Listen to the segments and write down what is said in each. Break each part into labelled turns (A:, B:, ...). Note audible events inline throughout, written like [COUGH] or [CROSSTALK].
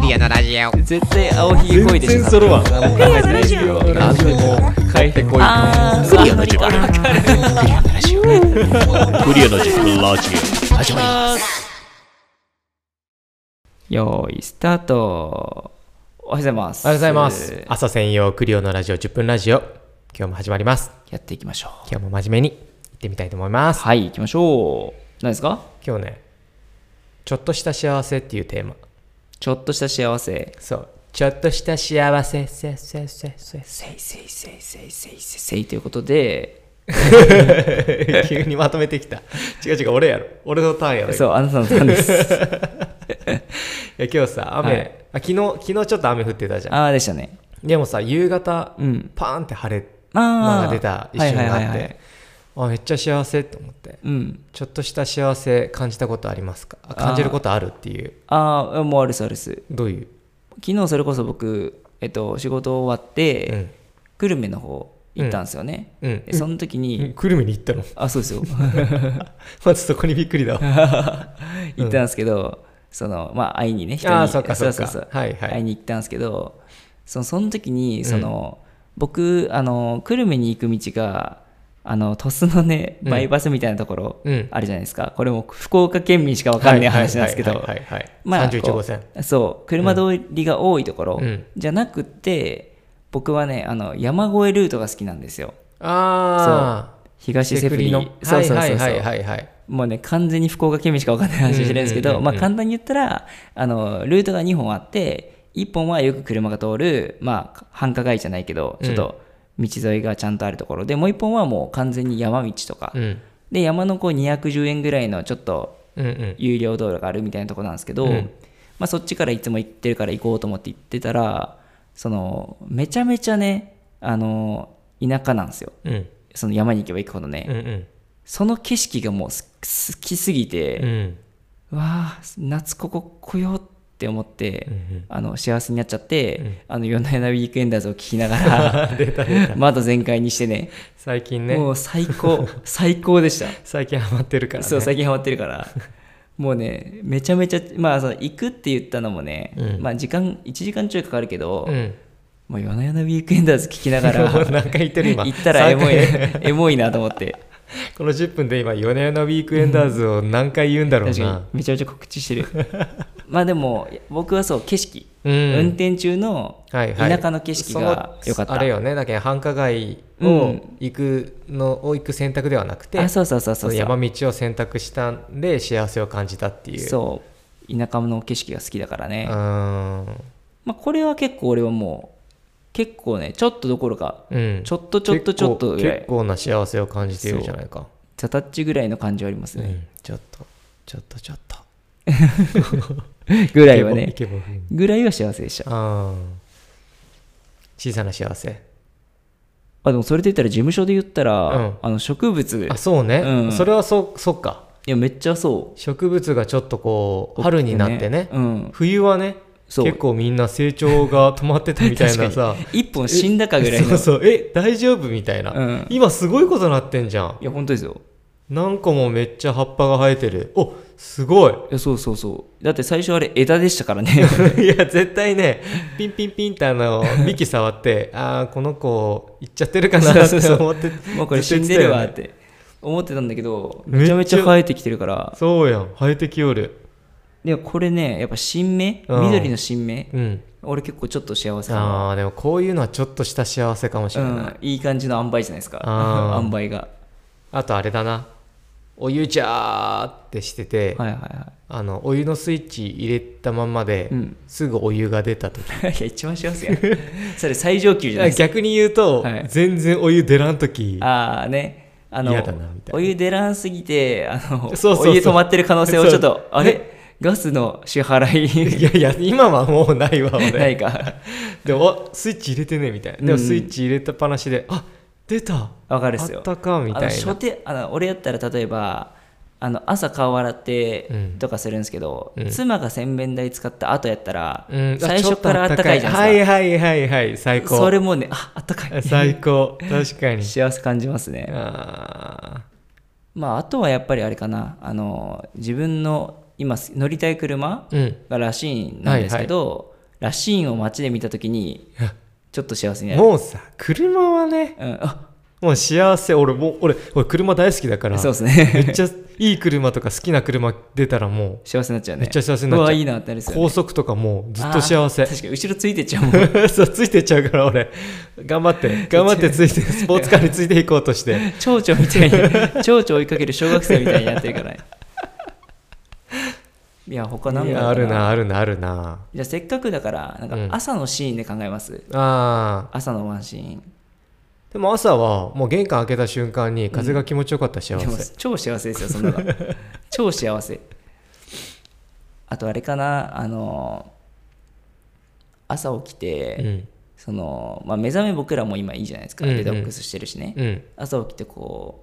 A: リアのラジオ
B: 絶対青ひげこいでしょ
C: 全然揃わん
B: 何も考えてないですけど
C: ラジオ変えてこい
B: あー
D: クリアの時間
B: わかる
D: クリアの時間ラジオ始まり
B: よーいスタートおはようございます
C: おはようございます朝専用クリオのラジオ10分ラジオ今日も始まります
B: やっていきましょう
C: 今日も真面目に行ってみたいと思います
B: はい行きましょう何ですか
C: 今日ねちょっとした幸せっていうテーマ
B: ちょっとした幸せ
C: そうちょっとした幸せせせせせ
B: [LAUGHS] せいせいせいせいせいせいせいということで
C: せ急にまとめてきた違う違う俺やろ俺のターンやろ
B: そうあなたのターンです
C: いや今日さ雨、
B: はい
C: あ昨日昨日ちょっと雨降ってたじゃん
B: ああでしたね
C: でもさ夕方、
B: うん
C: パーンって晴れ
B: あ
C: の
B: あ
C: が出た一瞬があって、
B: はいはいはいはい
C: あめっちゃ幸せと思って
B: うん
C: ちょっとした幸せ感じたことありますかあ感じることあるっていう
B: ああもうあるですあるです
C: どういう
B: 昨日それこそ僕、えっと、仕事終わって、
C: うん
B: 久留米の方行ったんですよね、
C: うん
B: でその時に、
C: うん久留米に行ったの [LAUGHS]
B: あそうですよ
C: まずそこにびっくりだわ
B: [LAUGHS] 行ったんですけど、そのまあ会いにね人に
C: あーそっかそっか
B: ううう
C: はいはい
B: 会いに行ったんですけどそのその時にその、僕あの久留米に行く道があの鳥栖のね
C: うん
B: バイパスみたいなところ
C: うん
B: あるじゃないですか、これも福岡県民しか分かんない話なんですけど、
C: はいはいはいはい
B: まあ、
C: 31号線
B: こうそう車通りが多いところ、
C: うん
B: じゃなくて僕はねあの山越えルートが好きなんですよ
C: ああ
B: 東セフリ
C: の
B: のそうそうそうそう、
C: はいはいはいはい
B: もうね完全に福岡県民しか分かんない話してるんですけど、
C: うんうんうんうん
B: まあ、簡単に言ったらあのルートが2本あって1本はよく車が通る、まあ、繁華街じゃないけどちょっと道沿いがちゃんとあるところで、もう1本はもう完全に山道とか、
C: うん
B: で山のこう210円ぐらいのちょっと
C: うんうん
B: 有料道路があるみたいなとこなんですけど、
C: うん
B: まあ、そっちからいつも行ってるから行こうと思って行ってたらそのめちゃめちゃねあの田舎なんですよ
C: うん
B: その山に行けば行くほどね、
C: うんうん
B: その景色がもうす好きす
C: う
B: ぎて、
C: ん
B: わあ夏ここ来ようって思って、
C: うん
B: あの幸せになっちゃって「あの夜な夜なウィークエンダーズ」を聴きな
C: [LAUGHS]
B: がら [LAUGHS] 窓全開にしてね
C: 最近ね
B: もう最高最高でした
C: 最近ハマってるからね
B: そう最近ハマってるからもうねめちゃめちゃまあその行くって言ったのもね、
C: うん
B: まあ時間1時間ちょいかかるけど、
C: うん
B: もう夜な夜なウィークエンダーズ聴きながら
C: もう [LAUGHS] 何回言ってる今
B: 行ったらエモい
C: 三
B: エモいなと思って
C: この10分で今夜な夜なウィークエンダーズを何回言うんだろう
B: 確か
C: な
B: にめちゃめちゃ告知して
C: [LAUGHS]
B: るまあでも僕はそう景色、
C: うん
B: 運転中の
C: はいはい
B: 田舎の景色が良かっ
C: その
B: た
C: あれよねだけど繁華街
B: う
C: を
B: ん
C: 行くのを行く選択ではなくて、
B: あそうそうそうそう
C: その
B: そう
C: 山道を選択したんで幸せを感じたっていう
B: そう田舎の景色が好きだから
C: う
B: ね、
C: ーん
B: まあ、これは結構俺はもう結構ねちょっとどころか
C: うん
B: ちょっとちょっとちょっと
C: 結構
B: ぐらい
C: 結構な幸せを感じているじゃないか
B: ザタッチぐらいの感じはあります
C: う、
B: ね、
C: ん、ちょっとちょっとちょっと
B: [LAUGHS] ぐらいは
C: イ
B: ね
C: ケボイケボ
B: ぐらいは幸せでした
C: あー小さな幸せ
B: あでもそれで言ったら事務所で言ったら、
C: うん
B: あの植物
C: あそうね、
B: うん
C: それはそそっか
B: いやめっちゃそう
C: 植物がちょっとこう春になってね
B: うん
C: 冬はね
B: そう
C: 結構みんな成長が止まってたみたいな
B: [LAUGHS] 確か
C: さ
B: に一本死んだかぐらいの
C: そうそうえ大丈夫みたいな、
B: うん
C: 今すごいことなってんじゃん
B: いや本当ですよ
C: 何個もめっちゃ葉っぱが生えてるおすごい [LAUGHS]
B: いやそうそうそうだって最初あれ枝でしたからね
C: いや絶対ねピンピンピンってあ
B: [LAUGHS]
C: の幹触ってああこの子いっちゃってるかな
B: そう
C: って
B: そう
C: 思って
B: もうこれ死んでるわって思ってたんだけど
C: めっ
B: め
C: ち
B: ち
C: ゃ
B: ゃめちゃ生えてきてるから
C: そうやん生えてきよる
B: でもこれねやっぱ新芽
C: うん
B: 緑の新芽
C: うん
B: 俺結構ちょっと幸せかな
C: あーでもこういうのはちょっとした幸せかもし
B: う
C: れない、
B: ん、いい感じの塩梅じゃないですか
C: あー
B: [LAUGHS] 塩梅が
C: あとあれだなお湯じゃーってしてて、
B: はいはいは
C: あのお湯のスイッチ入れたままで、
B: うん
C: すぐお湯が出た時
B: [LAUGHS] いいや一番幸せや [LAUGHS] それ最上級じ
C: [LAUGHS]
B: ゃないですか
C: 逆に言うと、
B: はい
C: 全然お湯出らん時
B: ああねあの
C: 嫌だなみたいな
B: お湯出らんすぎてあの
C: そうそうそう
B: お湯止まってる可能性をちょっ
C: そう
B: とあれガスの支払い
C: いやいや今はもうないわ俺
B: ないか
C: でもあスイッチ入れてねみたいなでも
B: うん
C: スイッチ入れたっぱなしで、あ出た
B: わかるっすよ
C: あったかみたい
B: あの
C: な
B: 初手あの俺やったら例えばあの朝顔洗ってとかするんですけど、
C: うん
B: 妻が洗面台使った後やったら、
C: うんあ
B: 最
C: ちょ
B: 初
C: と
B: からあったかいじゃない
C: は
B: で
C: い
B: す
C: はいはいはい最
B: か、
C: 高
B: それもねああったかい
C: 最高確かに
B: [LAUGHS] 幸せ感じますね、
C: あ
B: まああとはやっぱりあれかなあの自分の今乗りたい車
C: ーうん
B: がらしいんなんですけど、ラシーンを街で見た時にちょっと幸せになる
C: もうさ車はね
B: うん、あ
C: もう幸せ俺もう俺俺車大好きだから
B: そうですね [LAUGHS]
C: めっちゃいい車とか好きな車出たらも
B: 幸せになっちゃうね
C: めっちゃ幸せになっちゃう
B: わいいなってなるっす
C: う
B: よね
C: 高速とかもうずっと幸せ
B: あー確かに後ろついてっちゃうもん
C: [LAUGHS] そうついてっちゃうから俺頑張
B: [LAUGHS]
C: って頑張ってついてスポーツカーについていこうとして
B: 蝶々みた
C: [LAUGHS]
B: いに蝶々追いかける小学生みたいになってるからねいや他何
C: い
B: だ
C: や
B: ろ
C: あ
B: う
C: るなあるなあるな
B: じゃあせっかくだからなん
C: うん
B: か朝のシーンで考えます、
C: あー
B: 朝のワンシーン
C: でも朝はもう玄関開けた瞬間に風が気持ちよかった幸
B: で
C: せ、
B: も超幸せですよそんなの
C: [LAUGHS]
B: 超幸せあとあれかなあの朝起きて、
C: うん
B: そのまあ、目覚め僕らも今いいじゃないですか、
C: うんうん
B: デトックスしてるしね、
C: うん
B: 朝起きてこ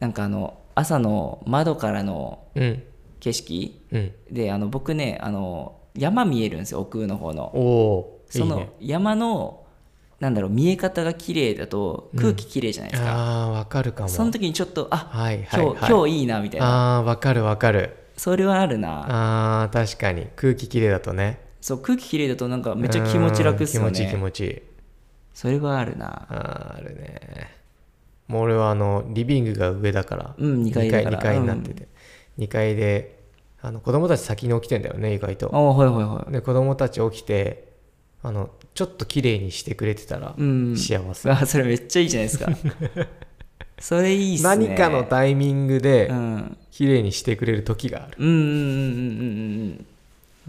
B: うなんかあの朝の窓からの
C: うん
B: 景色
C: うん
B: であの僕ねあの山見えるんですよ奥の方の
C: おおー
B: そ
C: いい
B: の
C: ね
B: 山のなんだろう見え方が綺麗だと空気綺麗じゃないですか、
C: あーわかるかも
B: その時にちょっとあ
C: はいはい
B: 今
C: は
B: 日
C: い
B: 今日いいなみたいな
C: あーわかるわかる
B: それはあるな
C: あー確かに空気きれいだとね
B: そう空気綺麗だとなんかめっちゃ気持ち楽っすよ
C: うん気持ちいい気
B: ね
C: 持ちいい
B: それはあるな
C: あーあるねもう俺はあのリビングが上だから、
B: うん二階だから
C: 2階になってて、2階であの子供たち先に起きてんだよね意外
B: あ
C: と
B: はいはいは
C: で子供たち起きてあのちょっと綺麗にしてくれてたら
B: いうん
C: 幸せ、
B: [LAUGHS] あそれめっちゃいいじゃないで
C: [LAUGHS]
B: すかそれいいっすね
C: 何かのタイミングで
B: うんうん
C: 綺麗にしてくれる時がある
B: うんうんうんうんうん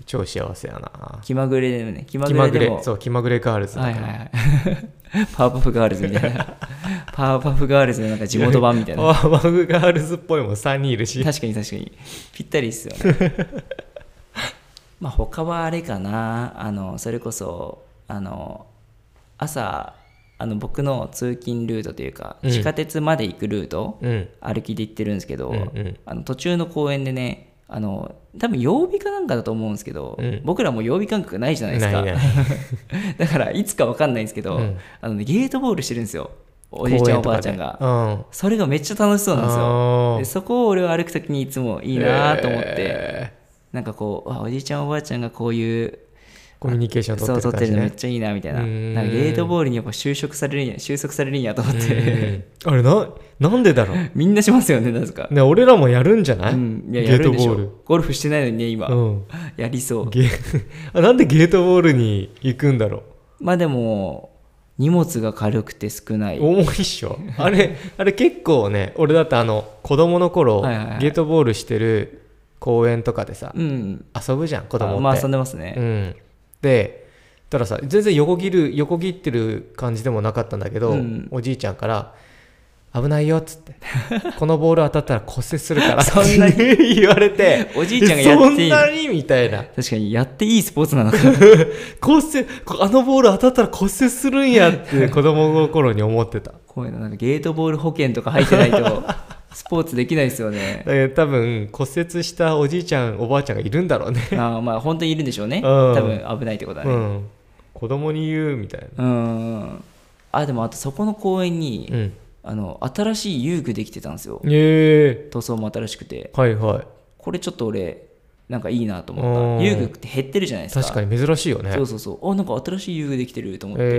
C: 超幸せやな
B: 気まぐれでもね気ま
C: 気ま
B: ぐ
C: ぐ
B: れで
C: れ
B: も
C: そう気まぐれガールズだか
B: はい
C: ら、
B: は
C: [LAUGHS]
B: いはい [LAUGHS] パワーパフガールズみたいなパワーパフガールズのなんか地元版みたい
C: パ
B: な
C: ワーマグガールズっぽいもん3人いるし
B: 確かに確かにぴったりっすよね
C: [LAUGHS]
B: まあ他はあれかなあのそれこそあの朝あの僕の通勤ルートというか、
C: うん
B: 地下鉄まで行くルート、
C: うん
B: 歩きで行ってるんですけど、
C: うんうん
B: あの途中の公園でねあの多分曜日かなんかだと思うんですけど、
C: うん
B: 僕らもう曜日感覚ないじゃないですか
C: ない
B: だからいつか分かんないんですけど、
C: うん
B: あのね、ゲートボールしてるんですよおじいちゃんおばあちゃんが、
C: うん
B: それがめっちゃ楽しそうなんですよ
C: あー
B: でそこを俺は歩く時にいつもいいなと思って、
C: え
B: なんかこうわおじいちゃんおばあちゃんがこういう
C: ーコミュニケーション取
B: そう
C: って
B: 撮
C: る感
B: って
C: じ
B: るのめっ
C: ね
B: ちゃいいなみたいな
C: うーん
B: なんかゲートボールにやっぱ就職されるんや収束されるんやと思っ
C: う
B: て
C: んあれななんでだろう、
B: [LAUGHS] みんなしますよねなぜか
C: ね、俺らもやるんじゃない,、
B: うん、いや
C: ゲ
B: や
C: ー
B: る
C: ト
B: んでし
C: ボー
B: ょ
C: ル
B: ゴルフしてないのにね今、
C: うん
B: やりそう
C: ゲあなんでゲートボールに行くんだろ
B: まあでも荷物が軽くて少な
C: う
B: い
C: 重いっしょあれあれ結構ね俺だってあの子供の頃、
B: はいはいはい
C: ゲートボールしてる公園とかでさ
B: うん
C: 遊ぶじゃん子供っ
B: あ
C: て
B: まあ遊んでますね、
C: うん、でたださ全然横切る横切ってる感じでもなかったんだけど、
B: うん
C: おじいちゃんから「危ないよ」っつって [LAUGHS] 「このボール当たったら骨折するから」
B: そんなに
C: 言われて
B: おじいちゃんがやっていい
C: そんなにみたいな
B: 確かにやっていいスポーツなのか
C: 骨折こあのボール当たったら骨折するんや
B: [LAUGHS]
C: って子供の頃に思ってた
B: こういうのなんかゲートボール保険とか入ってな
C: [LAUGHS]
B: いとスポーツできないですよね
C: だけど多分骨折したおじいちゃんおばあちゃんがいるんだろう [LAUGHS] ね
B: あーまあ本当にいるんでしょうね、
C: ん
B: 多分危ないってことは
C: う
B: ね
C: ん子供に言うみたいな
B: うんんあでもあとそこの公園に、
C: うん
B: あの新しい遊具できてたんですよ
C: え
B: 塗装も新しくて
C: えはいはい
B: これちょっと俺なんかいいなと思った
C: うん
B: 遊具って減ってるじゃないですか
C: 確かに珍しいよね
B: そうそうそうあなんか新しい遊具できてると思って、
C: え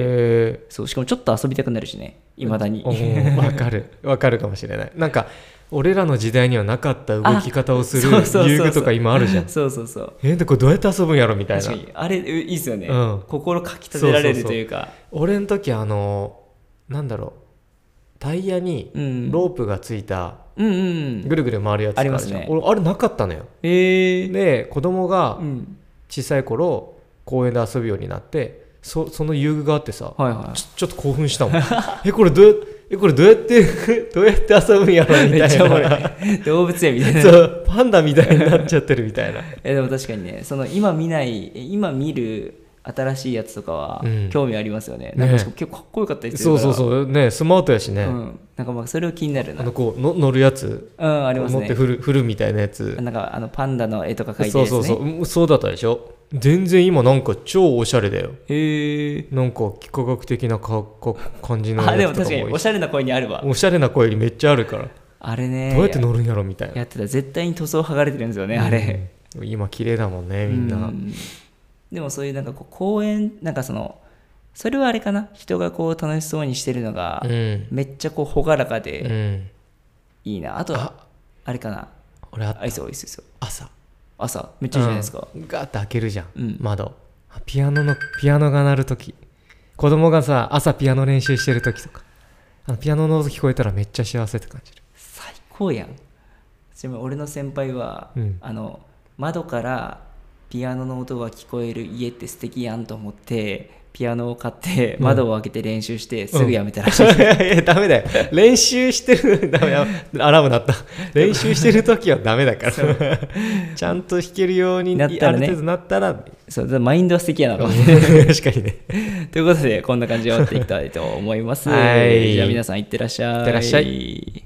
C: え
B: そうしかもちょっと遊びたくなるしねいまだに、
C: うんわかるわかるかもしれないなんか俺らの時代にはなかった動き方をする
B: あそうそうそうそう
C: 遊具とか今あるじゃん
B: [LAUGHS] そうそうそう
C: えでこれどうやって遊ぶんやろみたい
B: 確
C: な
B: かにあれういいっすよね、
C: うん
B: 心かきたてられるというか
C: 俺の時あのなんだろうタイヤに
B: うん
C: ロープがついた
B: うんうん
C: ぐるぐる回るやつとかるじゃん
B: ありますね
C: 俺あれなかったのよ
B: えー、
C: で子供が
B: うん
C: 小さい頃公園で遊ぶようになってそその遊具があってさ
B: はいは
C: ちょちょっと興奮したもんえこれどうやえこれどうやって [LAUGHS] どうやって遊ぶんやろ
B: い
C: み
B: め
C: た
B: っ
C: い
B: ちゃおもろ
C: ない
B: [LAUGHS] 動物園みたいな
C: そうパンダみたいになっちゃってるみたいな
B: えでも確かにねその今見ないえ今見る新しいやつとかは
C: うん
B: 興味ありますよね、
C: ね
B: なんかしかも結構かっこよかったり
C: [LAUGHS]
B: す
C: そ
B: る
C: う
B: から
C: そうそうねスマートやしね、
B: うん、なんかまあそれを気になるな
C: あのこうの乗るやつ
B: うんあります
C: 乗って
B: ね
C: 振る振るみたいなやつ、
B: なんかあのパンダの絵とか描いてる
C: そ
B: や
C: う
B: つ
C: そ
B: ね
C: うそううんそうだったでしょ全然今なんか超おしゃれだよ
B: へえ
C: なんか幾何学的なかか感じの
B: あで
C: や
B: も
C: つとか
B: 確かに
C: も多
B: お
C: いし
B: しゃれな声にあるわ
C: おしゃれな声よりめっちゃあるから、
B: あれね
C: どうやって乗るんやろみたいな
B: やってた絶対に塗装剥がれてるんですよねあれ、
C: 今綺麗だもんねみんな、
B: うんでもそういうなんかこう公園なんかそのそれはあれかな人がこう楽しそうにしてるのが
C: うん
B: めっちゃこう朗らか
C: う
B: で
C: ん
B: いいな、あとは
C: あ
B: あれかな
C: 俺あ
B: アイスオイスですよ
C: 朝
B: 朝めっちゃいいじゃないですか、
C: うんガーッて開けるじゃん、
B: うん
C: 窓あピアノのピアノが鳴る時子供がさ朝ピアノ練習してる時とかあのピアノの音聞こえたらめっちゃ幸せって感じる
B: 最高やんちなみに俺の先輩は、
C: うん
B: あの窓からピアノの音が聞こえる家って素敵やんと思ってピアノを買って
C: うん
B: 窓を開けて練習してすぐやめた
C: [LAUGHS]
B: ら [LAUGHS] しい、
C: いやいやダメだよ練習してるダメだアラーム鳴った練習してる時はダメだからちゃんと弾けるように
B: なったらね
C: ある程度なった
B: [LAUGHS]
C: ら
B: そうだからマインドは素敵やなと思って
C: 確かにね
B: ということでこんな感じで終わっていきたいと思います
C: はい
B: じゃあ皆さんいってらっしゃい
C: いってらっしゃ
B: い